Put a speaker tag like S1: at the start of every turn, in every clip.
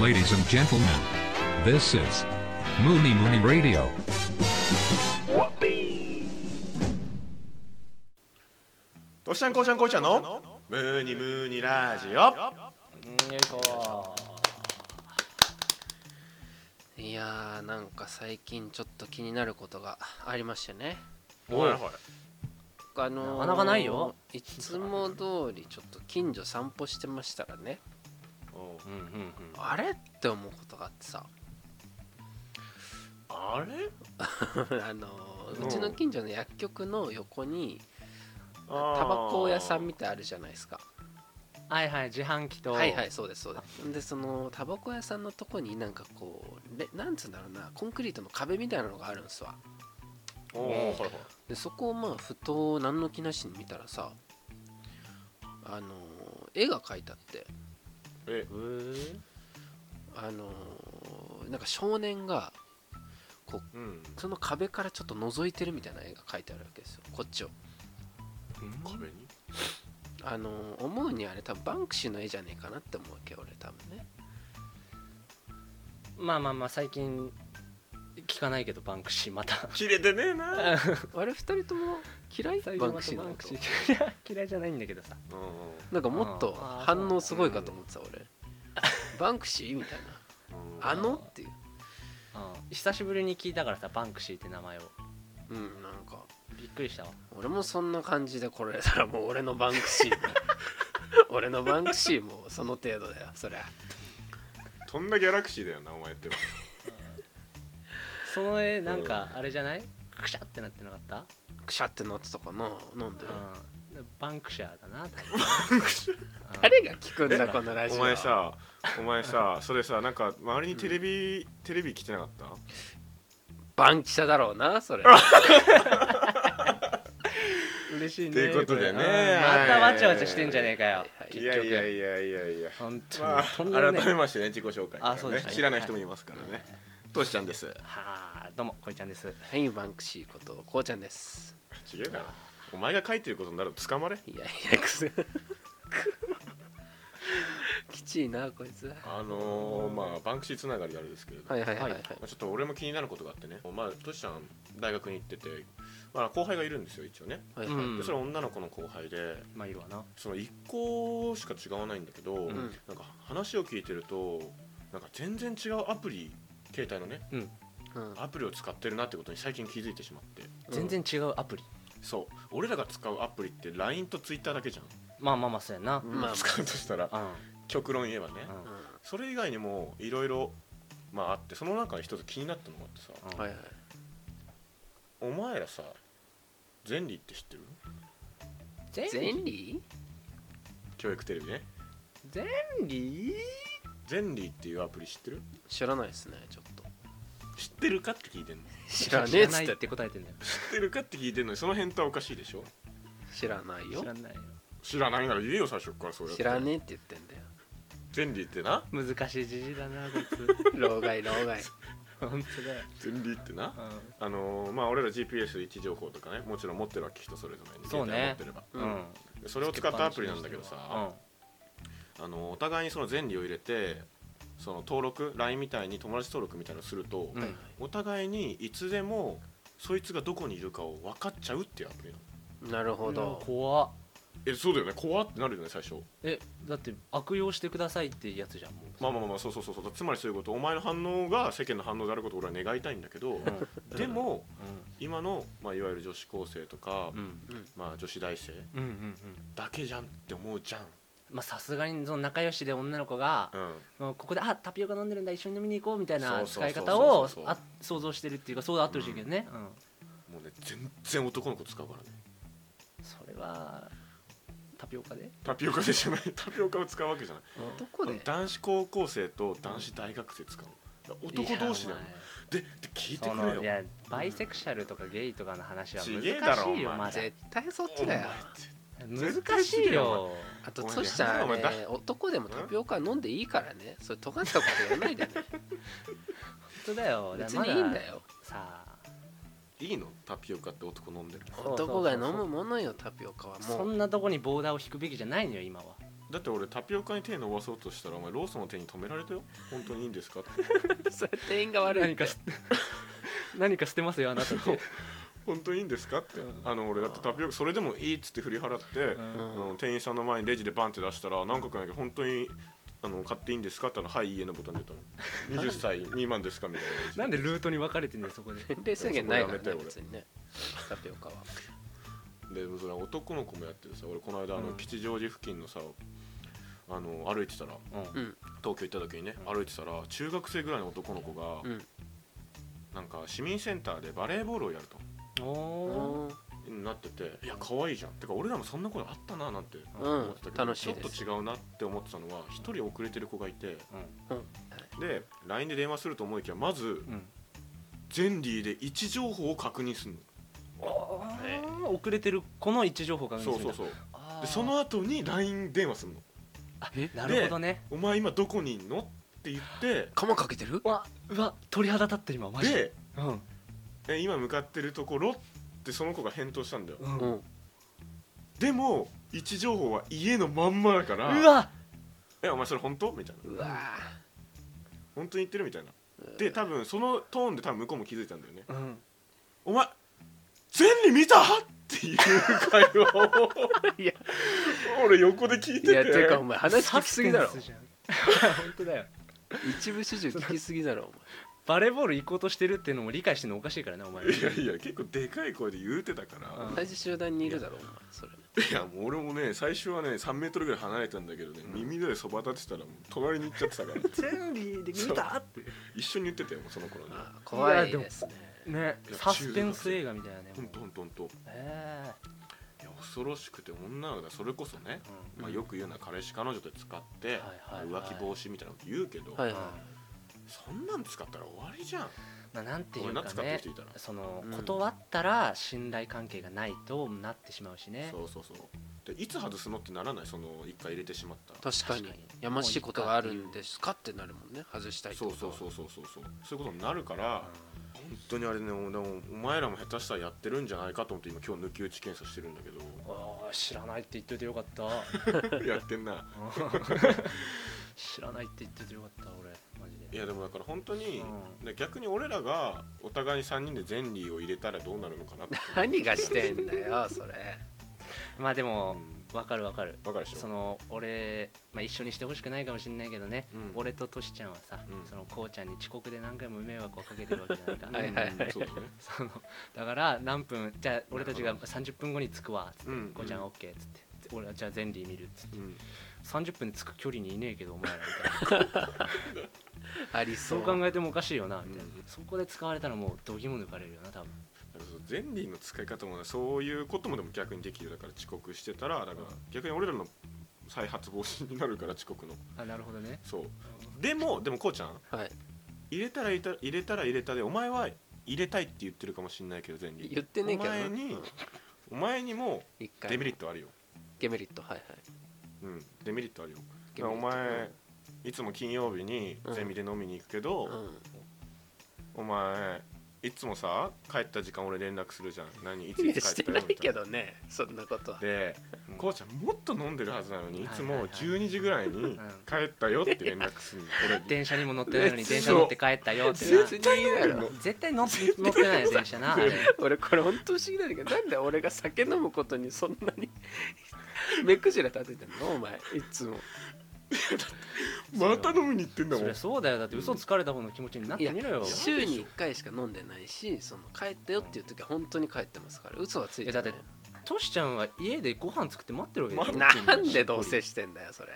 S1: Ladies and gentlemen, this is Mooney Mooney Radio.
S2: としちゃんこうちゃんこうちゃんのムーニムーニラジオ
S3: よいしょ
S4: いやーなんか最近ちょっと気になることがありましてね
S2: おいはい
S4: あのー
S3: なかなかないよ
S4: いつも通りちょっと近所散歩してましたらね
S2: おう
S3: うんうんうん
S4: あれって思うことがあってさ
S2: あれ
S4: あのーうちの近所の薬局の横に
S2: タ
S4: タバコ屋さんみたいあるじゃないですか
S3: はいはい自販機と
S4: はいはいそうですそうですでそのタバコ屋さんのとこになんかこうれなんつうんだろうなコンクリートの壁みたいなのがあるんですわ
S2: おうはいはい
S4: でそこをまあふと何の気なしに見たらさあのー絵が描いてあって
S2: え
S4: あのーなんか少年が
S2: うん
S4: その壁からちょっと覗いてるみたいな絵が描いてあるわけですよこっちを
S2: 壁に
S4: あのー思うにあれ多分バンクシーの絵じゃねえかなって思うわけ俺多分ね
S3: まあまあまあ最近聞かないけどバンクシーまた
S2: 切れてねえな
S4: あれ2人とも嫌いバンクシーの
S3: バン
S4: こ
S3: ク
S4: と
S3: シー いや嫌いじゃないんだけどさ
S2: うんうん
S4: なんかもっと
S3: あー
S4: 反応すごいかと思ってた俺バンクシーみたいなあのっていう
S3: うん久しぶりに聞いたからさバンクシーって名前を
S4: うんなんか
S3: びっくりしたわ
S4: 俺もそんな感じで来られたらもう俺のバンク シー俺のバンクシーもその程度だよそりゃ
S2: とんだギャラクシーだよなお前って
S3: その絵なんかあれじゃないクシャってなってなかった
S4: くしゃってなってたかな飲んで
S3: うんバンクシャーだな
S4: 誰が聞くんだこのラジオ
S2: お前さお前さそれさなんか周りにテレビ、テレビ来てなかった
S4: バンキシャだろうなそれ
S3: 嬉しいね
S2: ということでね
S3: んまたわちゃわちゃしてんじゃねえかよ
S4: はい
S3: 結
S2: い
S3: 局
S2: やいやいやいやいや
S3: 本当に、
S2: まあ
S3: とんでもねえ
S2: 改めましてね自己紹介から
S3: あそうで
S2: ね
S3: すね
S2: 知らない人もいますからねトシちゃんです
S3: はあどうもこいちゃんです
S4: はいバンクシーことこうちゃんです
S2: 違うなお前が書いてることになると捕まれ
S4: いやいやくす きちいなこいつは
S2: あのー、まあバンクシーつながりであれですけれど、
S4: いはいはいはい、
S3: はい
S2: まあ、ちょっと俺も気になることがあってねまあトシちゃん大学に行ってて、まあ、後輩がいるんですよ一応ね
S4: はいはい
S3: うん
S2: でそれは女の子の後輩で
S3: まあいるわな
S2: その1個しか違わないんだけど、
S3: ん
S2: なんか話を聞いてるとなんか全然違うアプリ携帯のね
S4: うん
S2: アプリを使ってるなってことに最近気づいてしまって
S3: 全然違うアプリ
S2: そう俺らが使うアプリって LINE と Twitter だけじゃん、
S3: まあまあまあそうやな、
S4: まあ
S2: 使うとしたら
S3: う
S2: 極論言えばね、
S3: ん
S4: うん
S2: それ以外にもいろいろまああってその中に一つ気になったのがあってさ
S3: うん
S4: はいはい
S2: お前らさゼンリーって知ってる
S3: ゼン
S4: 全理
S2: 教育テレビね
S3: ゼンリ
S2: ゼンリーっていうアプリ知ってる
S4: 知らないですねちょっと
S2: 知ってるかって聞いてんの
S4: 知
S3: ー
S4: らねえっ
S3: 知
S4: つ
S3: な
S4: っ
S3: い
S4: て
S3: って答えてんだよ
S2: 知ってるかって聞いてんのにその辺とはおかしいでしょ
S4: 知らないよ
S3: 知らないよ
S2: 知らないなら言えよ最初からそうやって
S4: 知らねえって言ってんだよ
S2: ゼンリーってな
S3: 難しいじじだなこいつ
S4: 老害老害
S3: 本当だよ、
S2: ゼンリーってな
S3: う
S2: あのーまあ俺ら GPS 位置情報とかねもちろん持ってるわけ人それぞれに
S3: そうね
S2: 携帯持ってれば
S4: うんん
S2: でそれを使ったアプリなんだけどさ、
S3: う
S2: あのお互いにその前理を入れてその登録 LINE みたいに友達登録みたいなのをすると、
S3: ん、うん
S2: お互いにいつでもそいつがどこにいるかを分かっちゃうっていうアプリなの
S4: なるほ
S3: うん
S4: ど
S3: 怖っ
S2: えそうだよね怖ってなるよね最初
S3: えだって悪用してくださいってやつじゃんもう
S2: まあまあまあまあそうそうそうそうつまりそういうことお前の反応が世間の反応であることを俺は願いたいんだけど
S3: うん
S2: でも今の、まあ、いわゆる女子高生とか、
S3: うんうん
S2: まあ、女子大生
S3: うんうんうん
S2: だけじゃんって思うじゃん、
S3: まあさすがにその仲良しで女の子が
S2: う、ん、
S3: もうここであタピオカ飲んでるんだ一緒に飲みに行こうみたいな
S2: そうそうそう
S3: 使い
S2: そう
S3: 方を
S2: そうそうそう
S3: あ想像してるっていうかそうあってほしいけどね、うん
S2: もうね全然男の子使うからね
S3: それはタピオカで
S2: タピオカでじゃない タピオカを使うわけじゃない
S4: どこで
S2: 男子高校生と男子大学生使うの男同士だよでで聞いて
S3: そ
S2: くれ
S3: の
S2: よ
S3: いやバイセクシャルとかゲイとかの話は
S2: ちげえだ
S3: 難
S2: ろ
S3: し
S2: お
S3: いよ
S2: 前
S3: まだ
S4: 絶対そっ
S2: お
S4: ちだ
S2: 前
S4: よ
S2: 絶
S3: 難
S2: 対
S3: し
S2: すげえ
S3: いよ
S4: あと
S2: お前
S4: トシちゃんあ
S2: やめろお前
S4: れ男でもタピオカ飲んでいいからねそれ尖ったこと言わないでね
S3: 本当だよ
S4: 別にいいんだ
S3: よ
S4: よ
S3: さあ
S2: いいのタピオカって男飲んでる
S3: そうそうそうそう
S4: 男が飲むものよタピオカは
S3: そ
S4: もうん
S3: なとこにボーダーを引くべきじゃないのよ今は
S2: だって俺タピオカに手伸ばそうとしたらお前ローソンの手に止められたよ本当にいいん ですかって
S4: それ店員が悪い
S3: 何
S4: ん
S3: か
S4: だよ
S3: し何か捨てますよあなたって
S2: 本当にいいんですかってあの俺だってタピオカそれでもいいっつって振り払って、あの店員さんの前にレジでバンって出したら何個かやけど本当にあの買っていいんですかってあのはいいいえのボタンで 言ったの20歳未満ですかみたいな
S3: なんでルートに分かれてんだよそこで
S4: 年齢制限ないから
S2: そこやめて
S4: ね
S2: 俺
S4: 別にねタピオカは
S2: でもそれ男の子もやっててさ俺この間あの
S3: うん
S2: 吉祥寺付近のさあの歩いてたら
S3: うん
S4: うん
S2: 東京行った時にね歩いてたら中学生ぐらいの男の子が
S4: うん
S2: なんか市民センターでバレーボールをやると
S3: おー
S2: なってていや可愛いじゃんてか俺らもそんなことあったななんて
S4: うん
S2: 思ってたけど、
S4: 楽しいです
S2: ちょっと違うなって思ってたのは一人遅れてる子がいて
S3: う
S4: うん
S2: で LINE で電話すると思いきやまず
S3: んうん
S2: ゼンリーで位置情報を確認するの
S3: お
S4: え
S3: ー遅れてるこの位置情報が
S2: そうそうそう
S3: う
S2: でその後に LINE 電話するの
S3: なるほどね
S2: 「お前今どこにいんの?」って言って
S4: カマかけてる
S3: うわうわ鳥肌立ってる今マジで
S2: で
S3: うん
S2: 「え今向かってるところ」ってその子が返答したんだよ
S3: うん
S4: うん
S2: でも位置情報は家のまんまだから
S3: うわ
S2: えお前それ本当?」みたいな
S4: うわ
S2: 「本当に言ってる?」みたいなで多分そのトーンで多分向こうも気づいたんだよね
S3: うん
S2: お前全に見たっていう会話を
S4: いや
S2: 俺横で聞いて
S4: い
S2: て
S4: やていうかお前話
S3: サ
S4: 聞き
S3: ス
S4: す
S3: ペ
S4: ぎ
S3: ン
S4: だろ
S3: スじゃん本当だよ
S4: 一部始終聞きすぎだろ
S3: バレーボール行こうとしてるっていうのも理解してるのおかしいからねお前
S2: いやいや結構でかい声で言うてたから、
S4: お
S3: うん
S4: 前同じ集団にいるだろお前それ
S2: いやもう俺もね最初はね3メートルぐらい離れたんだけどね、耳でそば立ってたらもう隣に行っちゃってたから
S3: 全理で
S2: 見た
S3: って
S2: 一緒に言ってたよもうその頃ね
S4: あー怖い
S3: いやでも
S4: ですね
S3: ね
S2: いや
S3: サスペンス映画みたいなね
S2: ほんとほんとほんとい
S3: え
S2: や恐ろしくて女の子だそれこそね
S3: え、うん
S2: まあ、よく言うのは彼氏彼女で使って、
S3: はいはいはい
S2: 浮気防止みたいなこと言うけど、
S4: はい
S3: ま
S4: は
S2: そんなん使ったら終わりじゃん
S3: あ、なんてい
S2: 俺
S3: う
S2: なん
S3: か
S2: て使ってる
S3: ね
S2: 人いたら
S3: その
S4: うん
S3: 断ったら信頼関係がないとなってしまうしね
S2: そうそうそうでいつ外すのってならないその一回入れてしまった
S4: い確かに
S3: 確かに
S4: やましいことがあるんですかってなるもんね外したいって
S2: そ
S4: こ
S2: う
S4: と
S2: そう
S4: は
S2: そうそうそうそうそういうことになるから本当にあれねおでもお前らも下手したらやってるんじゃないかと思って今今日抜き打ち検査してるんだけど
S3: ああ知らないって言っといてよかった
S2: やってん な
S3: 知らないって言っといてよかった俺マジ
S2: い
S3: で
S2: やでもだから本当に
S3: う
S2: で逆に俺らがお互いに3人でゼンリーを入れたらどうなるのかなって
S4: 何がしてんだよそれ
S3: まあでも
S2: うん
S3: わかるわかる
S2: わかるでし
S3: そ
S2: ょ
S3: の俺、まあ、一緒にしてほしくないかもしれないけどね、
S2: うん
S3: 俺とトシちゃんはさ、
S2: うん
S3: そのこうちゃんに遅刻で何回も迷惑をかけてるわけじゃないか
S4: はいはいはい
S2: うんそうだね
S3: そのだから何分じゃあ俺たちが30分後に着くわつって、
S2: うん
S3: こうちゃん
S2: うん
S3: OK っつって俺はじゃあゼンリー見るっつって
S2: うん
S3: 30分で着く距離にいねえけどお前らみたいな
S4: ありそ
S3: そうう考えてもおかしいよなみたいな、
S2: うん
S3: そこで使われたらもうどぎも抜かれるよな多分
S2: だからそうゼンリーの使い方もねそういうこともでも逆にできるだから遅刻してたらだから逆に俺らの再発防止になるから遅刻の
S3: あなるほどね
S2: そうでもでもこうちゃん
S4: はい
S2: 入れたら入れた入れたら入れたでお前は入れたいって言ってるかもしれないけど全理
S4: 言ってねえけど
S2: お
S4: な
S2: 前にお前にも
S4: 一回
S2: デメリットあるよ、
S4: デメリットはいはい
S2: うん、デメリットあるよ
S4: デメリット
S2: お前いつも金曜日にゼミで飲みに行くけど、
S4: うん
S2: お前いつもさ帰った時間俺連絡するじゃん何いつ
S4: い
S2: い
S4: や
S2: つ
S4: し
S2: 帰ってた
S4: な
S2: よ
S4: い
S2: みた
S4: け
S2: いな
S4: どねそんなことは
S2: でこうちゃんもっと飲んでるはずなのにいつ
S3: はい
S2: も
S3: はいは
S2: 12時ぐらいに帰ったよって連絡す るの俺に
S3: 電車にも乗ってないのに
S4: 別に
S3: 電車乗って帰ったよってな
S4: 別にいいだろ
S3: 絶対乗っ乗ってないよ電車なあれ
S4: 俺これ本当不思議なんだけどなんで俺が酒飲むことにそんなに 目くじら立ててんのお前いつも
S2: また飲みに行ってんだ
S3: そ
S2: もん
S3: りゃそうだよだって嘘つかれた方の気持ちになっ
S4: い
S3: て
S4: や
S3: みろよ
S4: 週に1回しか飲んでないしその帰ったよっていう時は本当に帰ってますから嘘はついてない
S3: いやだトシちゃんは家でご飯作って待ってるわけでしょ
S4: なんで同棲してんだよそれ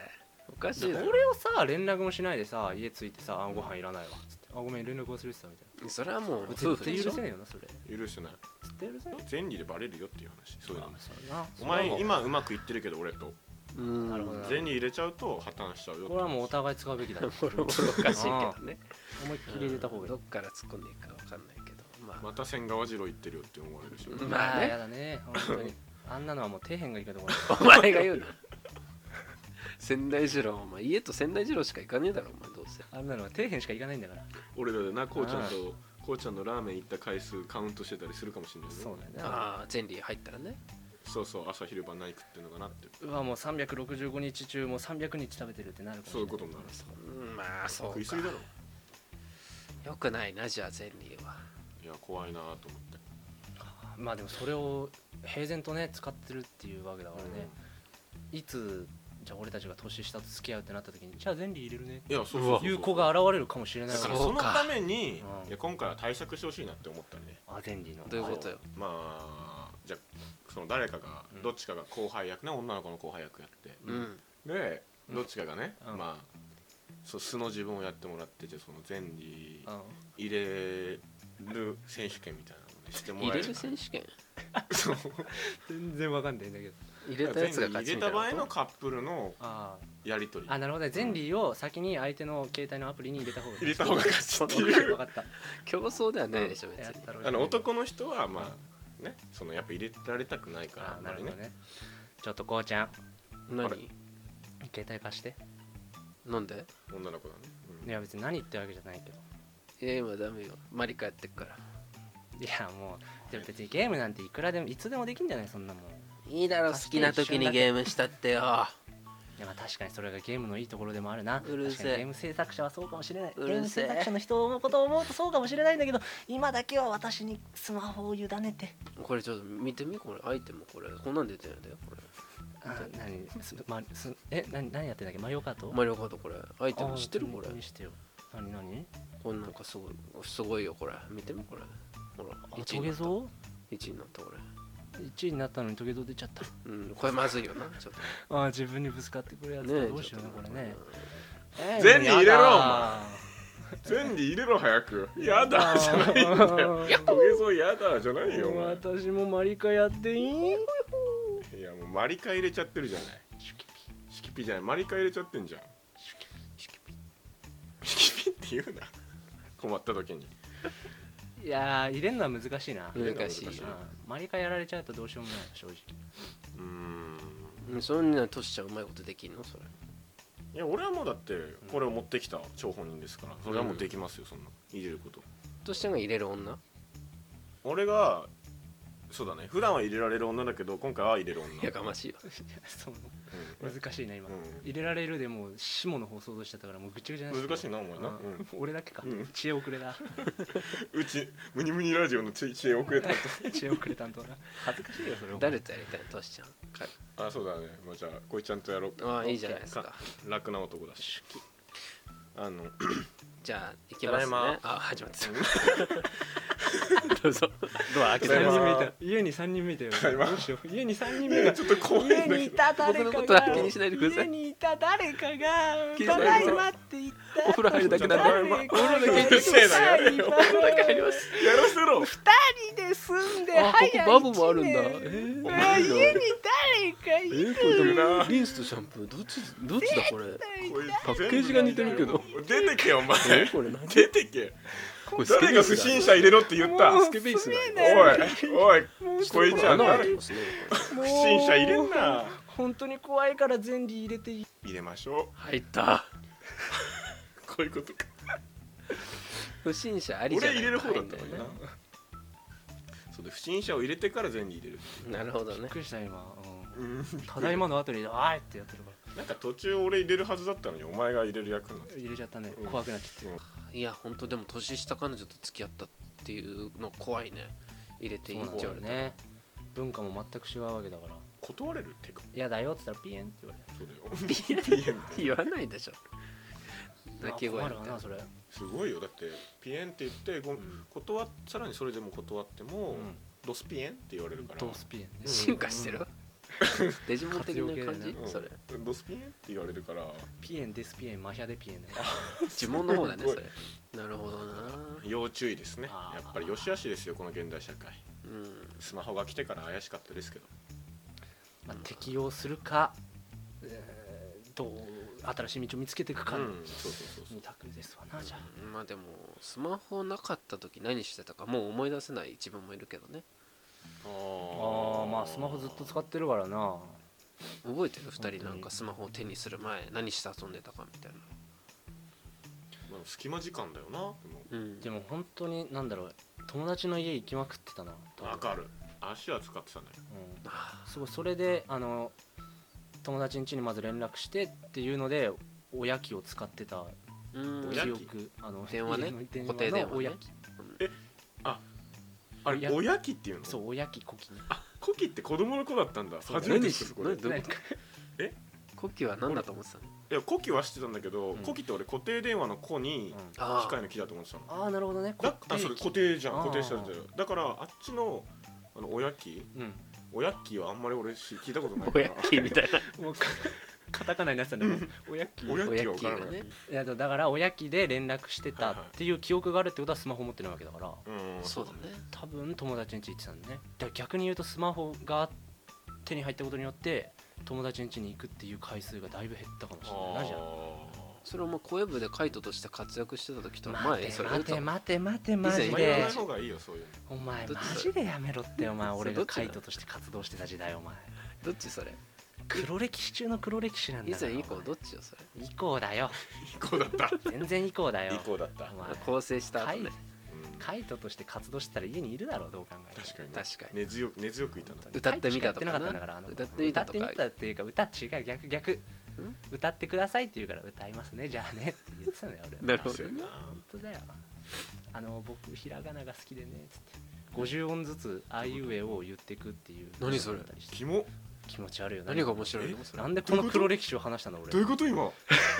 S4: おかしいだろ
S3: 俺をさ連絡もしないでさ家着いてさあご飯いらないわつってあごめん連絡忘れてたみたい
S4: それはもう
S3: な
S4: 夫
S3: 絶
S4: 婦で
S3: 対
S4: し
S3: 許
S4: ょ
S3: せねえよなそれ絶
S2: 許してない
S3: 対許せねえよ
S2: 全理でバレるよっていう話そういうのも
S3: そうだな
S2: お
S3: それはも
S2: 前
S3: う
S2: 今うまくいってるけど俺と
S4: うん
S3: なるほど
S2: 銭入れちゃうと破綻しちゃうよ
S3: これはもうお互い使うべき だよ
S4: これもおかしいけどね
S3: 思いっきり入れた方がいい
S4: どっから突っ込んでいくかわかんないけどまあ
S2: また千川次郎行ってるよって思われるし
S4: うん
S3: ま
S4: まあ
S3: あ
S4: ね
S3: やだね本当にあんなのはもう底辺がいいかと思う
S4: お前が言うな仙台二郎お前家と仙台二郎しか行かねえだろお前どうせ
S3: あんなのは底辺しか行かないんだから
S2: 俺らでなこうちゃんとこうちゃんのラーメン行った回数カウントしてたりするかもしれないね
S3: そうだよね
S4: ああゼンリー入ったらね
S2: そうそう朝昼晩何食ってんのかなって
S3: うわもう365日中もう300日食べてるってなるかもし
S2: そうい
S3: れな
S2: うこ
S3: い
S2: とになる
S4: うんまあそ
S2: 食
S4: う
S2: い
S4: か
S2: 過ぎだろ
S4: よくないなじゃあゼンリーはい
S2: や怖いなと思って
S3: まあでもそれを平然とね使ってるっていうわけだからね、いつじゃあ俺たちが年下と付き合うってなった時にじゃあ全理入れるね
S2: いやそうそうそう
S3: いう子が現れるかもしれない
S2: だか
S3: か
S2: ららそのために
S3: そうか
S2: いや今回は対策してほしいなって思ったんで
S3: あ全理の
S4: どういうことよ
S2: まあじゃあその誰かが
S3: うん
S2: どっちかが後輩役ね女の子の後輩役やって
S4: うん
S2: で
S3: うん
S2: どっちかがね
S3: うん
S2: まあそう素の自分をやってもらってじゃあその前に
S3: あ
S2: 入れる選手権みたいなのをねしても
S4: 入
S2: らえ
S4: れ
S2: る
S4: る選手権
S3: 全然わかんないんだけど
S4: 入れたやつが
S2: 入
S4: 勝ち
S2: れ
S4: みた
S2: た
S4: い
S2: 場合
S4: なこと
S2: のカップルの
S3: あ
S2: やり取り
S3: ああなるほどね全理を先に相手の携帯のアプリに入れた方が
S2: 入れた方が勝ちって いう
S3: 分かった
S4: 競争ではないでしょ別
S3: やっ
S4: に
S3: たろう
S2: あの男の人はまあねそのやっぱ入れられたくないから
S3: あ
S2: あん
S3: な
S2: ま
S3: る
S2: り
S3: ほど
S2: ね
S3: ねちょっとこうちゃん
S2: あれ
S4: 何
S3: 携帯貸して
S4: なんで
S2: 女の子だねうん
S3: いや別に何言ってるわけじゃないけど
S4: いや今ダメよマリカやってっから
S3: いやもうでも別にゲームなんていくらでもいつでもできんじゃないそんなもん
S4: いいだろ好
S3: 貸して
S4: きな時にゲームしたってよ
S3: いやまあ確かにそれがゲームのいいところでもあるな
S4: うるせ
S3: 確か
S4: え
S3: にゲーム制作者はそうかもしれないゲ
S4: う
S3: ー
S4: る
S3: ム
S4: せ
S3: 制
S4: え
S3: 作者の人のことを思うとそうかもしれないんだけど今だけは私にスマホを委ねて
S4: これちょっと見てみこれアイテムこれこんなん出てるんだよこれ
S3: あ何すま、すえ何何やってんだっけマリオカート
S4: マリオカートこれアイテム知ってる
S3: あー
S4: これ
S3: 見してよ何何
S4: こんなんかすごいすごいよこれ見てみこれほら
S3: あ
S4: 1
S3: ト
S4: 位に
S3: ゲ
S4: なった
S3: ゾ
S4: 1位になったこ
S3: ウ1位になったのにトゲゾウ出ちゃった
S4: れうんこれまずいよなちょっ
S3: あー自分にぶつかってくるや
S4: と
S3: つ
S4: ね
S3: だどうしようねこれね
S2: ん全に入れろお
S3: お
S2: 全に入れろ早くやだじゃ ないんだ よ
S3: や
S2: 土下座やだじゃないよお前
S3: 私もマリカやっていい
S2: いやもうマリカ入れちゃってるじゃない
S3: シュキピ
S2: シキピじゃないマリカ入れちゃってんじゃん
S3: シュキピシュキ
S2: シキピって言うな困った時に
S3: ピいやー入れるのは難しいな、
S4: う
S3: うん
S4: 難しいよ
S2: 難しい
S3: マリカやられちゃうとどうしようもない正直
S2: うーん
S4: うんそんなトシちゃんうまいことできんのそれ
S2: いや俺はもうだってこれを持ってきた張本人ですからそれはもうできますよそんな入れること
S4: トシちゃんが入れる女
S2: 俺がそうだね普段は入れられる女だけど今回は入れる女
S4: やかましいよ
S3: そう
S2: うん
S3: 難しいな今、
S2: うん
S3: 入れられるでもう下の方想像しちゃったからもうぐちゃぐちゃなんで
S2: 難し
S3: す
S2: い
S3: け
S2: な
S3: ど
S2: お前な、
S3: うん俺だけか、
S2: うん
S3: 知恵遅れ だ
S2: うんうちムニムニラジオの知知恵遅れたと
S3: 知恵遅れ担当だ恥ずかしいよそれ
S4: 誰とやりたいのトシちゃんか
S2: あそうだね、まあ、じゃあこいちゃんとやろうか
S4: ああいいじゃないですか
S2: 楽な男だしあの
S4: じゃあ行きますね
S2: ただいま
S4: あ始まってたどうぞドア開けて
S2: ただいま
S3: 3人目いた家に3人目いたよ
S2: だいま
S3: どうしよう家に3人目が
S2: ちょっと怖いんだけど
S3: 家にいた誰
S4: 僕の
S3: か
S4: ことは
S3: が
S4: 気にしないでください
S3: 家にいた誰かが
S4: 気にしな
S3: た
S4: いで
S3: だ
S4: ください
S3: いまって言っ
S4: お風呂入るだけな
S3: た
S4: んで
S3: 誰か
S2: お風呂だけ
S3: が
S2: うるせえなやれよ
S3: お
S4: お風呂だけ入ります
S2: やらせろ
S3: 二人で住んで
S4: あここバ
S3: 早
S4: ブもあるんだ
S3: 一年
S4: え
S2: お
S3: あ
S2: 前
S3: 家に
S2: の
S3: 誰かいる
S4: えこれでも
S2: な
S4: リンスとシャンプーどっちどっちだこれ
S2: こいつ
S4: パッケージが似てるけど
S2: 出てけよお前
S4: えこれ何
S2: 出てけ
S4: これ
S2: 誰が不審者入れろって言った
S3: もう
S4: スケベイスだよ
S3: スケベイだよ
S2: おいおいこい
S4: こ
S2: ち
S4: れ
S2: ゃん
S4: 穴開いて
S2: 誰
S4: ますね
S2: 不
S3: もう
S2: 審者入れんな
S3: 本当に怖いから全理入れていい
S2: 入れましょ
S4: 入った
S2: うこういうことか
S4: 不審者ありじ
S2: 俺
S4: ゃない
S2: 入れる方だった
S4: も
S2: も
S4: ん
S2: んなそうだ不審者を入れてから全員入れる
S4: なるほどね
S3: びっくりした今、うん
S2: うん
S3: ただいまの後に「あい!」ってやってるか
S2: なんか途中俺入れるはずだったのにお前が入れる役になって
S3: ら入れちゃったね
S2: うん
S3: 怖くなっちゃっ
S4: いや本当でも年下彼女と付き合ったっていうの怖いね入れ
S3: て
S4: ていいって言われたら
S3: ね文化も全く違うわけだから
S2: 断れるってか
S3: 「嫌だよ」っつったらピエンって言われ
S2: そうだよ PN って
S4: 言わないでしょ
S3: る
S4: 泣き声
S3: あ
S4: み
S3: 困るわ
S4: たいな
S3: なそれうん
S2: すごいよだってピエンって言ってご断っさらにそれでも断っても、ドスピエンって言われるから
S3: ドスピエンね
S4: 進化してるデジモン的な感
S3: 活
S4: じ
S2: うん
S4: それ
S2: ドスピエンって言われるから
S3: ピエンデスピエンマヒャデピエンね
S4: 呪文の方だね
S2: すご
S4: そ
S2: い
S4: れなるほどな
S2: 要注意ですね
S3: あー
S2: やっぱり良し悪しですよこの現代社会
S4: うん
S2: スマホが来てから怪しかったですけど
S3: まあ適用するかえーどう新しい道を見つけていくか
S2: うんそうそうそうそう
S3: 二択ですわなじゃあ
S4: まあでもスマホなかった時何してたかもう思い出せない自分もいるけどね
S3: ああまあスマホずっと使ってるからな
S4: 覚えてる2人なんかスマホを手にする前何して遊んでたかみたい
S2: まあ隙間時間だよなでも
S4: なうん
S3: でも本当に何だろう友達の家行きまくってたな
S2: わかる足は使ってたね
S3: うん
S4: あ
S3: すごいそれであの友達ん家にまず連絡してっていうのでおやきを使ってた
S4: ーうん
S2: や
S3: 記
S2: き
S3: 憶あの
S4: 電話ね
S3: 家の電
S4: 固定電
S3: 話
S4: 話
S3: の
S4: ね
S3: おやき
S2: あ
S3: お
S2: れ
S3: や
S2: おやきっていうの
S3: そうおやきこき
S2: あコキって子供の子だったんだ
S3: そうだ
S2: 初
S3: ね
S2: めて知ったこれ
S4: 何どういうこコキは何だと思ってたの
S2: いやコキは知ってたんだけど、
S3: うん
S2: コキって俺固定電話の子に
S3: うん
S4: あ
S2: 機
S4: ー
S2: 械の木だと思ってたの
S3: ああなるほどね
S2: だあそれ固定じゃん
S3: あー
S2: 固定してるんだよだからあっちのあのおやき
S3: うん
S2: おやきはあんまり俺し聞いたことない
S4: お
S2: から
S4: やきみたいな
S3: もうかカタカナになってたんだもんおやき
S2: おやきは分から
S4: お
S2: ない、
S4: やきがね
S3: いやだだからおやきで連絡してたっていう記憶があるってことはスマホ持ってないわけだから
S2: うん
S4: そうだね
S3: 多分友達に家行ってたんだねだから逆に言うとスマホが手に入ったことによって友達ん家に行くっていう回数がだいぶ減ったかもしれないなじゃあ
S4: それをもう声部でカイトとして活躍してた時とは
S3: 待
S4: 前
S3: て
S4: それ
S3: 待て待て待てマ
S4: 以
S3: ジ
S4: 前
S2: 言わ
S3: で
S2: ない方がいいよそういうの
S3: お前
S4: どっ
S3: マ
S4: ちだ
S3: ジでやめろってお前
S4: それ
S3: 俺が
S4: どっちだ
S3: カイトとして活動してた時代お前
S4: どっちそれ
S3: 黒歴史中の黒歴史なんだ
S4: 以
S3: から
S4: 前以降
S3: お前
S4: どっちよそれ
S3: 以降だよ
S2: 以降だった
S3: 全然以降だ よ
S2: 以降だった、
S3: お前
S4: 構成した後
S3: カイ
S4: ね
S3: カイトとして活動してたら家にいるだろうどう考えても
S2: 確かに、ね、
S4: 確かに
S2: 根強く根強くいたな
S4: 歌ってみたとか
S3: 歌って
S4: な
S3: なかったんだからあの
S4: 歌ってみたとか
S3: 歌ってみたっていうか歌違う逆逆歌ってくださいって言うから歌いますねじゃあねって言ってたんだよ俺
S4: なるほど
S2: そうや
S4: ね
S2: な
S3: 本当だよあの僕ひらがなが好きでねっつって50音ずつあいうえおを言ってくっていう
S4: 何それ
S3: だったりして
S2: キモ
S3: 気持ち悪いよね
S4: 何が面白いの
S2: え
S4: それ
S3: なんでこの黒歴史を話したの俺
S2: どういうこと今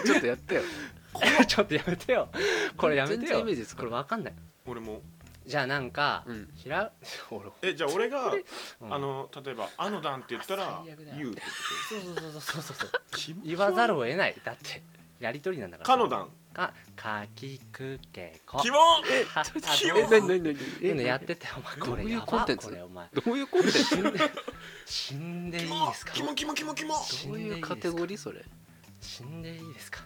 S4: ちょっとやってよ
S3: ちょっとやめてよこれやめて
S4: 全然
S3: よ
S4: イメージつか
S3: これ
S4: ない
S3: わかんない
S2: 俺も
S3: じゃあなんか、
S4: うん
S3: ひら 俺
S2: えじゃあ俺が
S3: うん
S2: あの例えば「あの段」って言ったら
S3: 最悪
S2: 「
S3: だよ
S2: 言う」って
S3: そうそうそうそうそうそう
S2: キモ
S3: 言わざるを得ないだってやりとりなんだから
S2: かの段
S3: かかきくけこ
S2: キモ
S3: え
S2: キモ
S4: え何何何
S3: いうのやっててお前
S4: ど
S3: こ
S4: ういう
S3: れや
S4: コン
S3: ば
S4: テンツ
S3: これお前
S4: どういうコンテンツ
S3: 死んで死んでいいですか
S2: キモキモキモキモ
S3: 死
S4: ど
S3: ん
S4: う
S3: でいい
S4: い
S3: で
S4: う
S3: す
S4: カ
S3: か
S4: テゴリーそれ
S3: 死んでいいですか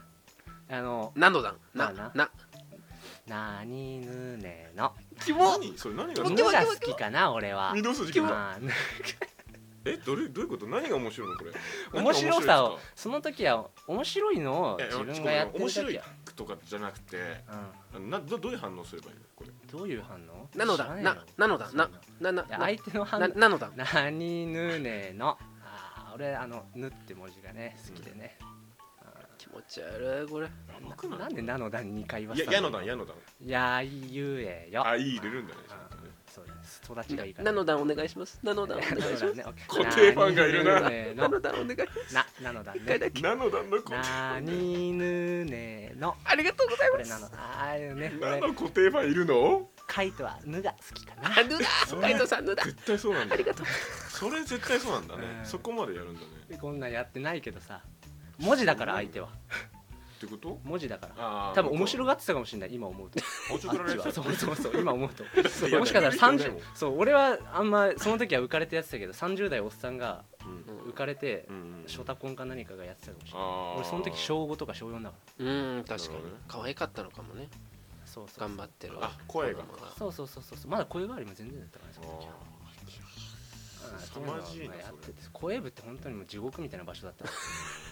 S3: あの
S4: 何の段な
S3: まあな
S4: な
S3: なにぬねの
S2: キモ何それ何が
S3: 犬が好きかな俺は
S2: 御堂筋キモ
S3: まあぬ
S2: えどれどういうこと何が面白いのこれ
S3: 面白さ
S2: 何が
S3: を
S2: 面白いんですか
S3: その時は面白いのを
S2: え
S3: 自分がやってる
S2: 面白
S3: 時
S2: い
S3: は
S2: とかじゃなくて
S3: う
S2: などどういう反応すればいいのこれ
S3: んどういう反応
S4: なの
S3: 知ら
S4: だ
S3: ねえ
S4: な
S3: よ
S4: なのだ
S3: そん
S4: ななない
S3: や
S4: な
S3: 相手の反
S4: な
S3: 応
S4: なのだ
S3: なにぬねのあー俺あの「ぬ」って文字がね好きでね
S4: 気持ち悪いこれ
S2: やばく
S3: な
S2: な
S3: ないんで「なのだ」2回言わ
S2: い
S3: せ
S2: や
S3: た
S2: 矢の段矢の段
S3: やいゆえよ
S2: あいい入れるんだねちゃんとね
S3: そうです友達がいいから
S4: なのだお願いしますなのだお願いし
S3: な
S4: ま
S3: の
S4: す
S3: だね
S2: 固定ファンがいるな
S3: なにぬね
S4: な
S3: の
S4: のだお願い
S3: ななのだね
S2: なの段の固
S3: なにぬねの
S4: ありがとうござい
S3: こ
S4: ま
S3: れ
S4: す
S3: なのああいうねこ
S2: な
S3: れ
S2: の固定ファンいるの
S3: カイトは「ぬ」が好きかな
S4: あのだカイトさんのだ
S2: 絶対そうなんだ
S4: ありがとう
S2: それ絶対そうなんだね
S3: うん
S2: そこまでやるんだね
S3: こんなんやってないけどさ文字だから相手は
S2: ってこと
S3: 文字だから
S2: あー
S3: 多分面白がってたかもしれない今思うと
S2: もうちょっとられ
S3: あっちはそうそう そう今思うと
S2: そうだよね
S3: もしかしたら
S2: で
S3: 30
S2: も
S3: そう俺はあんまその時は浮かれてやってたけど30代おっさんが
S2: うん
S3: 浮かれて
S2: うん
S3: ショタコンか何かがやってたかもしれない
S2: あー
S3: 俺その時小5とか小4だから
S4: うん確かに
S2: なるほどね
S4: 可愛かったのかもね
S3: そうそう
S4: 頑張ってる
S2: あ声が
S4: 子供
S3: そうそうそうそうそうまだ声変わりも全然だったからねその時は
S2: ー
S3: あー
S2: 凄まじいな
S3: ってうのはまあやっ
S2: そ
S3: て
S2: れ
S3: て声部って本当にもう地獄みたいな場所だったか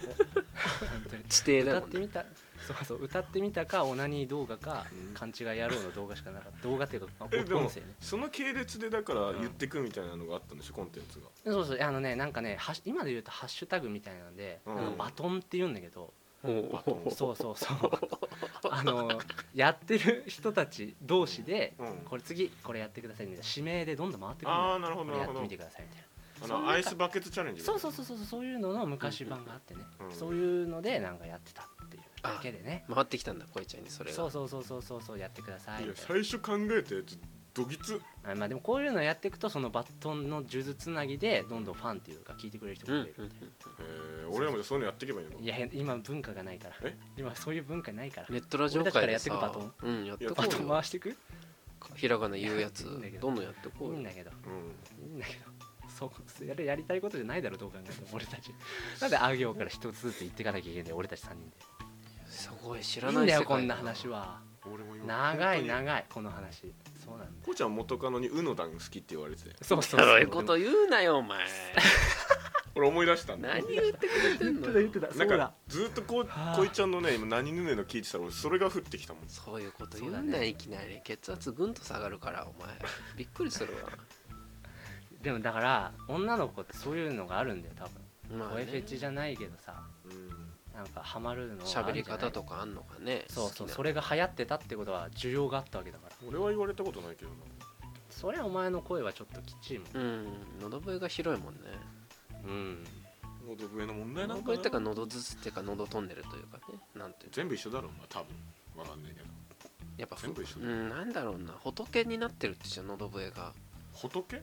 S3: ら本当に
S4: 地底
S3: 歌
S4: だ
S3: っ
S4: もん
S3: て
S4: ね
S3: みたそうそう歌ってみたかオナニー動画か
S2: うん
S3: 勘違い野郎の動画しかなかった動画っていうかまあ
S2: えでも
S3: 音声ね
S2: その系列でだから言ってくみたいなのがあったんでしょコンテンツが
S3: そうそうあのねなんかねはし今で言うとハッシュタグみたいなんで、
S2: うん
S3: なんかバトンって言うんだけど
S4: おー
S3: そうそうそうあのやってる人たち同士で、
S2: うん
S3: これ次これやってくださいみたいな指名でどんどん回ってくる
S2: ああな
S3: の
S2: るほ
S3: こ
S2: ど
S3: れ
S2: な
S3: や
S2: る
S3: っ
S2: ほ
S3: て
S2: ど
S3: みてくださいみたいな
S2: あ
S3: そん
S2: の
S3: な
S2: アイスバケツチャレンジ
S3: そうそうそうそうそうそういうのの昔版があってね、
S2: うん
S3: そういうのでなんかやってたっていうだけでね
S4: 回ってきたんだ恋ちゃんにそれ
S3: そ
S4: が
S3: うそうそうそうそうそうやってください
S2: いや
S3: みたい
S2: 最
S3: な
S2: 初考えたやつドギツ
S3: あまあでもこういうのやっていくとそのバトンの数珠つなぎでどんどんファンっていうか聞いてくれる人
S4: うん
S3: が
S4: う
S3: 増え
S4: ん
S3: る、
S4: うん
S2: えー俺らもじゃあそういうのやっていけばいいのか
S3: いや今文化がないから
S2: え
S3: 今そういう文化ないから
S4: ネットラジオ界でさ
S3: 俺たちからやって
S4: うんやってこ
S3: バト
S4: う
S3: ン
S4: よ
S3: 回してく
S4: ひらがな言うやつ
S3: いやいいんだけど
S4: どんどんやって
S3: いい
S4: こうんよ
S3: だけど
S2: うん
S3: いいんだけどそうそれやりたいことじゃないだろどう考えても俺たちなんであ行から一つずつ言っていかなきゃいけないんだよ俺たち3人
S4: すごい知
S3: で
S4: ら
S3: いい
S4: ない
S3: んだよ
S4: 世界
S3: こんな話は
S2: 俺も今
S3: 長
S2: 本
S3: い
S2: 当に
S3: 長いこの話そうなんだよ
S2: こうちゃん元カノに「うの段好き」って言われてて
S3: そうそう
S4: そういう
S3: こ
S4: こと言うなよお前
S2: 俺思い出したんだ
S4: 何言ってくれてんのよ
S3: 言ってた言ってた
S2: な
S3: そ
S2: ん
S3: うだ
S2: かずっとこう
S3: はあ
S2: こいちゃんのね今何ぬねの聞いてたら俺それが降ってきたもん
S4: そういうこ
S3: そ
S4: と言
S3: う
S4: う
S3: だ
S4: な
S3: ね
S4: いきなり血圧ぐんと下がるからお前びっくりするわ
S3: でもだから女の子ってそういうのがあるんだよ多分
S4: まあ
S3: 声
S4: ね
S3: フェチじゃないけどさなんかハマるのあ
S4: 喋
S3: る
S4: り
S3: じゃない
S4: 方とかあんのかね
S3: そうそうそ
S4: れ
S3: れが流行ってたってことは需要があったわけだから
S2: 俺は言われたことないけどな
S3: そりゃお前の声はちょっときっちいもん
S4: うん喉笛が広いもんね
S3: うん
S2: 喉笛の問題な
S4: 喉
S2: んか
S4: 笛ってか
S2: な
S4: 喉ずつっていうか喉トンネルというかねなんていうの
S2: 全部一緒だろうな多分わかんないけど
S4: やっぱふ
S2: 全部一緒
S4: う
S2: だよ
S4: んなんだろうな仏になってるってじゃん喉笛が
S2: 仏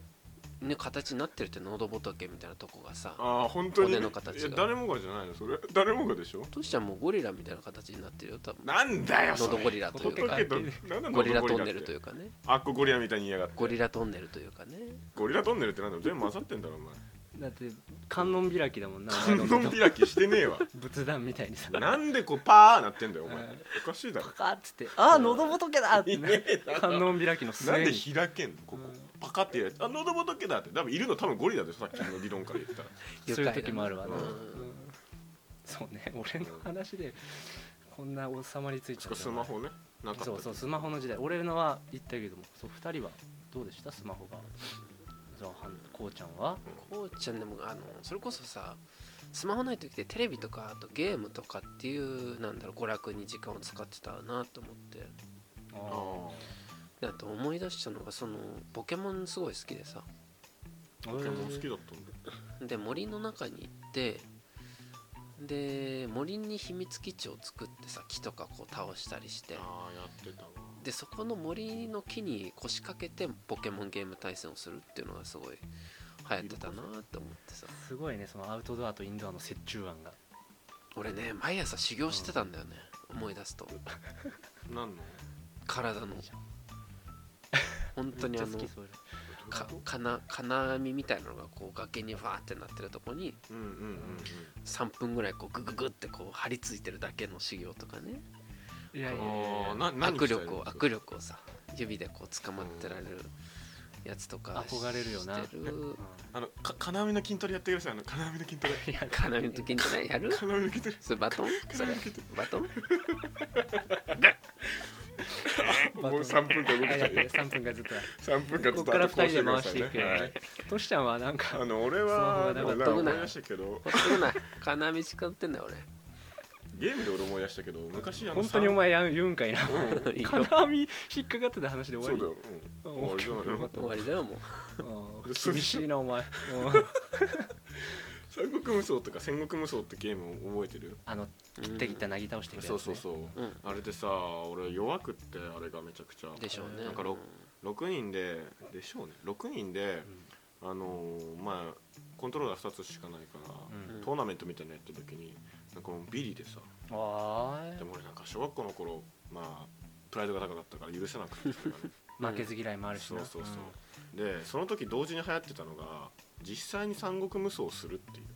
S4: ね形になってるって喉仏みたいなとこがさ
S2: ああ本当に、
S4: 骨の形が
S2: いや誰もがじゃないのそれ誰もがでしょ
S4: トシちゃんもうゴリラみたいな形になってるよ多分
S2: なんだよそれ
S4: 喉ゴリラというか
S2: 仏となんなんだ
S4: ゴリラトンネル
S2: って
S4: というかね
S2: あっこゴリラみたいに言いやがって
S4: ゴリラトンネルというかね
S2: ゴリラトンネルってなんだろう全部混ざってんだろお 前
S3: だって観音開きだもんなお前の
S2: 観 音開きしてねえわ
S3: 仏壇みたいにさ
S2: なんでこうパーなってんだよお前
S3: うん
S2: おかしいだろ
S3: パカっつって「ああ喉仏だ!」ってね 観音開きの
S2: な
S3: 末
S2: んで
S3: に
S2: 開けんのここパカってやるあ喉仏だって多分いるの多分ゴリラでしょさっきの理論から言ったら
S4: 愉
S3: そう
S4: 快
S3: い
S4: だ
S3: う時もあるわな、
S2: うん
S3: うんそうね俺の話でこんな王様についち
S2: し
S3: ゃっ
S2: か
S3: た
S2: スマホねなかった
S3: そうそうスマホの時代俺のは言ったけどもそう2人はどうでしたスマホがそうはんこうちゃんは
S4: こうちゃんでもあのそれこそさスマホない時ってテレビとかあとゲームとかっていうなんだろう娯楽に時間を使ってたなと思って
S3: あ
S2: あ
S3: ー
S2: ー
S4: だと思い出したのがそのポケモンすごい好きでさ
S2: ポケモン好きだったんだ
S4: で森の中に行ってで森に秘密基地を作ってさ木とかこう倒したりして
S2: ああやってたわ
S4: でそこの森の木に腰掛けてポケモンゲーム対戦をするっていうのがすごい流行ってたなって思ってさ
S3: すごいねそのアウトドアとインドアの折衷案が
S4: 俺ね毎朝修行してたんだよね思い出すと
S2: 何の
S4: 体の本当にあ
S3: めっち
S4: の
S3: ゃ好きそれ
S4: か金金網みたいなのがこう崖にファーってなってるとこに
S2: うんうんうんうん
S4: 3分ぐらいこうグググってこう張り付いてるだけの修行とかね
S3: いやいや
S2: あ
S3: いや
S2: あ
S3: いや
S2: な何
S4: 握力を
S2: 鍛えるんですか
S4: 握力をさ指でこう捕まってられるやつとか
S3: 憧れるよな
S4: してる
S2: あのか金網の筋トレやってくださいあの金網の筋トレ
S3: いや
S4: 金網の時にじゃないやる
S2: 金網の筋トレ
S4: それバトンそれバトン
S2: もう3分間動きたいよ
S3: 3分がずっとある
S2: 3分間
S3: ここから
S2: こう
S3: 2
S2: しく
S3: 人で
S2: だ
S3: 回
S2: さ
S3: していくよ
S2: は
S3: ねトシちゃんはなんか
S2: あの俺は
S3: スマホがなかった
S2: でも思い出したけど
S4: ほっとくな金網使ってんだよ
S2: ゲームで俺思い出したけど昔あの
S3: 本当にお前やん言うんかいな
S4: 俺いいよ
S3: 金網引っかかってた話で
S2: そう
S3: 終
S2: だ
S3: わ
S2: よ、う
S3: あ
S2: ん、終わりだ
S3: よか
S2: よ
S3: った
S4: 終わりだよもう
S3: りうん厳しいな お前うん
S2: 三国無双とか戦国無双ってゲーム覚えてる
S3: あの切って切ったなぎ倒してくれ
S2: そうそうそう、
S4: うん
S2: あれでさ俺弱くってあれがめちゃくちゃ
S4: でしょうね
S2: なんかろ6人ででしょうね6人で、あのーまあコントローラー2つしかないから、
S3: うん
S4: うん
S2: トーナメントみたいなのやった時になんかもうビリでさ
S3: わ
S2: で
S3: ーい
S2: も俺なんか小学校の頃まあプライドが高かったから許せなくてそれがね
S3: 負けず嫌い もあるし
S2: そう
S3: な
S2: そうそうでその時同時に流行ってたのが実際に三国無双をするっていう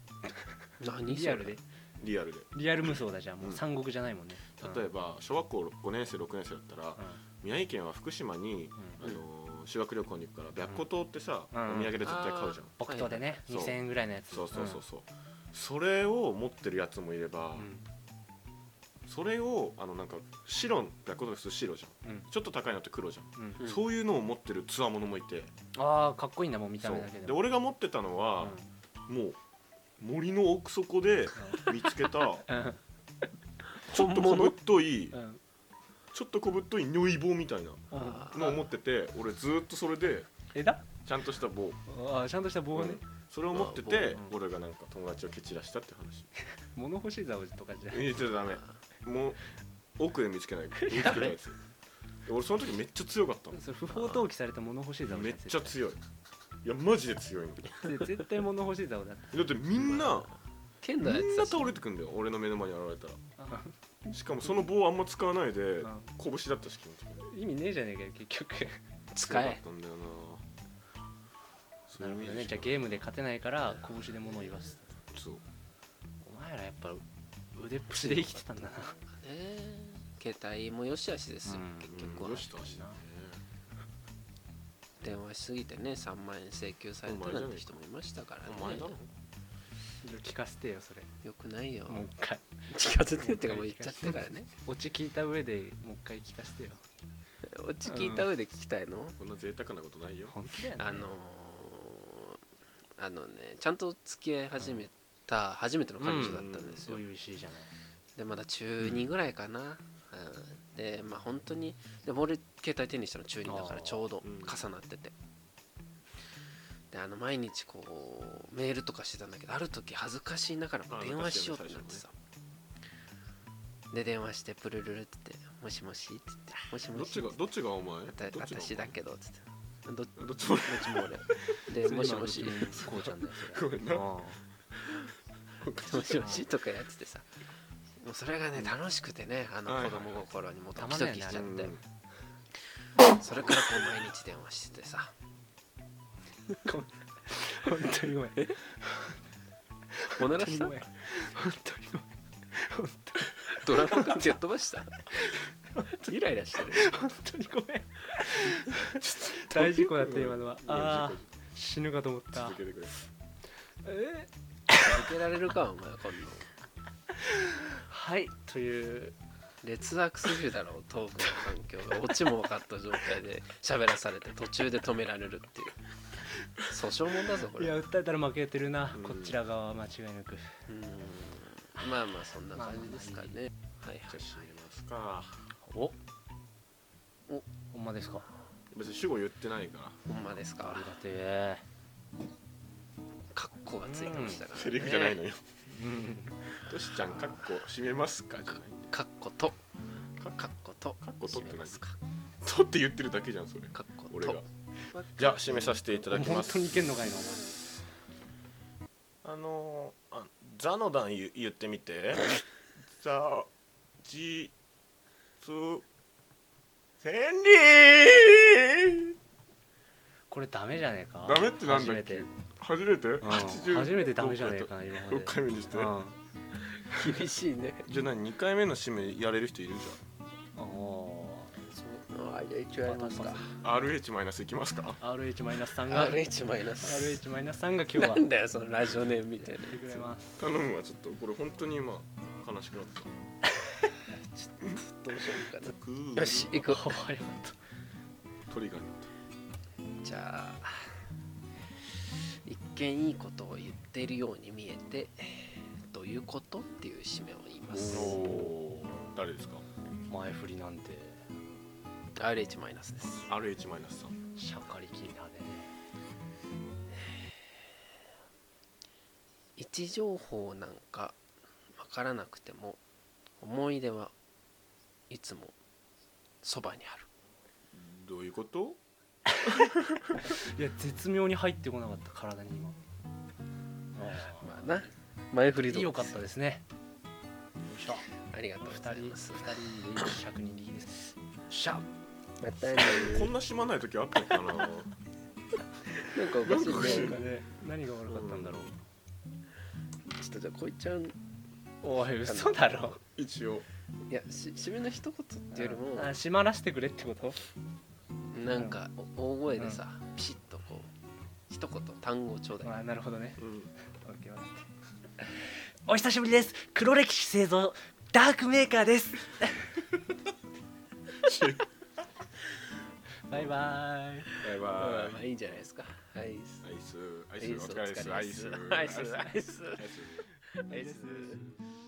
S3: うん
S4: 何
S3: リ
S4: そ
S3: アルで
S4: れ
S2: リアルで
S3: リアル無双だじゃんもう
S2: うん
S3: 三国じゃないもんね
S2: 例えば小学校5年生6年生だったら宮城県は福島に、
S4: うん
S2: あのー修学旅行に行くから白虎島ってさ、
S3: うん
S2: お土産で絶対買うじゃん、
S3: 僕とでね
S2: そう
S3: 2000円ぐらいのやつ
S2: そうそうそうそうそれを持ってるやつもいれば、
S3: う
S2: それをあのなんか白白虎島する白じゃん
S3: んうん
S2: ちょっと高いのって黒じゃん、
S3: うん
S4: うん
S2: そういうのを持ってるつわものもいて
S3: ああかっこいいんだもう見た
S2: そう
S3: 目だけで
S2: で
S3: も
S2: 俺が持ってたのは、
S3: う
S2: もう森の奥底で見つ けた
S3: んうん
S2: ちょっと小ぶっとい
S3: うん
S2: ちょっと小ぶっとい如意棒みたいな
S3: うん
S2: のを持ってて俺ずーっとそれで
S3: 枝
S2: ちゃんとした棒
S3: ああちゃんとした棒ね
S2: それを持ってて
S3: あ棒
S2: 俺がなんか友達を蹴散らしたって 話
S3: 物干し竿とかじゃ
S2: えちょっとダメもう奥で見つけない見つけ
S4: ダ
S2: な
S4: メ
S2: いや つ俺その時めっちゃ強かった
S3: それ不法投棄された物干し
S2: の
S3: 竿じゃん
S2: めっちゃ
S3: 絶
S2: 強いいやマジで強いの
S3: 対で絶対物干し竿だって
S2: だってみんな
S4: 剣
S2: み
S4: 道やって
S2: ん
S4: た
S2: な
S4: し
S2: 倒れてくんだよ俺の目の前に現れたら
S3: あ
S2: しかもその棒あんま使わないで
S3: うん
S2: 拳だったし気持ち悪い
S3: 意味ねえじゃねえかよ結局
S4: 使
S2: 強か
S4: え
S2: ったんだよな
S3: なるほどねじゃあ
S2: ー
S3: ゲームで勝てないから拳で物を言わす
S2: ムそう
S3: お前らやっぱ腕っぷしで生きてたんだな
S4: ね携帯も良し悪しですよ、
S3: うん
S4: 結局
S2: う
S4: は
S2: んよしと足だね
S4: 電話しすぎてね3万円請求されたなんて人もいましたからね
S2: お前だろ
S3: 聞かせてよそれ
S4: よくないよ
S3: もう一回
S4: 聞かせてってかもう言っちゃってからね
S3: オチ聞いた上でもう一回聞かせてよ
S4: オチ聞いた上で聞きたいの、
S2: こんな贅沢なことないよ
S3: 本当だよね
S4: あのーあのねちゃんと付き合い始めた初めての彼女だったんです
S3: そ
S4: よ、
S3: ういう石井じゃない
S4: でまだ中2ぐらいかな、うん、でまあ本当にでも俺携帯手にしたの中2だから
S3: あー
S4: ちょうど
S2: うん
S4: 重なってて、であの毎日こうメールとかしてたんだけどある時恥ずかしいながらも
S2: あー
S4: 電話しようってなってさ、で電話してプルルルって「もしもし」って言って「もし
S2: ど
S4: も
S2: っ
S4: し
S2: ち」がどっちがお前
S4: あた
S2: どっちがお前
S4: 私だけど」っつって「 どっ
S2: どっちも
S4: どっちも俺で「もしもし」
S3: うんこうちゃん だよそ
S2: ご
S3: れ
S2: めんな
S3: あ
S4: もしもしとかやっててさもうそれがね楽しくてねあの
S2: はいは
S4: 子
S2: い
S4: 供心にもうド
S3: た
S4: キ
S3: まん
S4: ド
S3: ないよ
S4: キ
S3: ね
S4: しち
S2: う
S4: ゃっ
S2: ん
S4: てそれからこう毎日電話しててさ
S3: ー本当にごめん 本
S4: おなら
S3: 当に
S4: し
S3: ご
S4: た
S3: めん本当にごめん
S4: ドラマかってやっ飛ばしたイライラしてる
S3: 本当にごめん大事故だった今のはああ死ぬかと思った
S2: 続けてくれ
S3: え
S4: 続けられるかお前はこんなの
S3: ーはいという
S4: 劣悪すぎるだろうトークの環境がオチも分かった状態で 喋らされて途中で止められるっていう訴訟もんだぞこ
S3: い
S4: れ
S3: や訴えたら負けてるな
S2: うん
S3: こちら側は間違いなく
S4: うんまあまあそんな感じですかねはいはい
S2: じゃあ閉めますか
S3: お
S4: お
S3: ほんまですか
S2: 別に主語言ってないから
S4: ほんまです
S3: あ
S4: か
S3: りがてえ
S4: カッコがついてましたから、ね、
S2: セリフじゃないのよ
S3: うん
S2: トシちゃんかっこ閉めますかじゃないんだよ
S4: カッコと
S2: か
S4: カッコと
S2: カッコとって何
S4: 締めますか
S2: とって言ってるだけじゃんそれ
S4: カッコ
S2: 俺が
S4: と
S2: じゃあ締めさせていただきま
S3: 本
S2: す
S3: 当にいけんのかいなお
S2: あのーあザの段言言ってみ てザジツ千里
S3: 前これダメじゃねえか
S2: ダメってなんだっけ初めて
S3: 初めて、
S2: 80
S3: うん、初めてダメじゃねえかな今まで
S2: 6回目にして
S3: うん
S4: 厳しいね
S2: じゃあ何2回目の締めやれる人いるじ
S3: お
S4: そうあじゃあ一応やりますか
S2: ゃん RH マイナスいきますか
S3: ー RH-3 が
S4: RH マイナス
S3: RH-3 が今日は
S4: なんだよそのラジオネームみたいな
S3: やってくれます
S2: 頼むわちょっとこれ本当に今悲しくなった
S4: どうしようか
S2: グー
S4: なよし行こう
S2: トリガーに
S4: じゃあ一見いいことを言っているように見えてどういうことっていう締めを言います
S2: おー誰ですか
S3: 前振りなんて
S4: RH マイナスです
S2: RH マイナスさん
S3: シャカリキーだね
S4: 位置情報なんかわからなくても思い出はいつもそばにある
S2: どういうこと
S3: いや絶妙に入ってこなかった体に今あ
S4: まあな前振り
S3: ー
S4: 通
S3: いい
S4: り
S3: よか
S4: で
S3: っ
S4: す
S3: たですね
S4: ありがとう
S3: 2
S4: ご
S3: 人
S4: ざい
S3: 2
S4: ます
S3: 人で100人でいいですシャ
S4: またね
S2: こんな閉まんない時あったのかな
S4: なんかおかしい
S2: なんかおかしい
S4: ね
S3: 何が悪かったんだろう
S4: ちょっとじゃあこいちゃんい
S3: おい嘘だろ
S2: 一応
S4: やし締めの一言っていうよりも
S3: あ閉まらせてくれってこと
S4: なんかお大声でさ、ピシッとこう一言単語をちょうだい、
S3: あなるほどね
S2: うん
S3: お久しぶりです黒歴史製造ダークメーカーです バ
S2: バイ
S3: イバイ
S4: ま
S2: バ
S4: あまあ
S2: イ
S4: いいんじゃないですかはい
S2: アイスアイスお疲れですアイス
S4: アイスアイス
S2: アイス
S4: アイス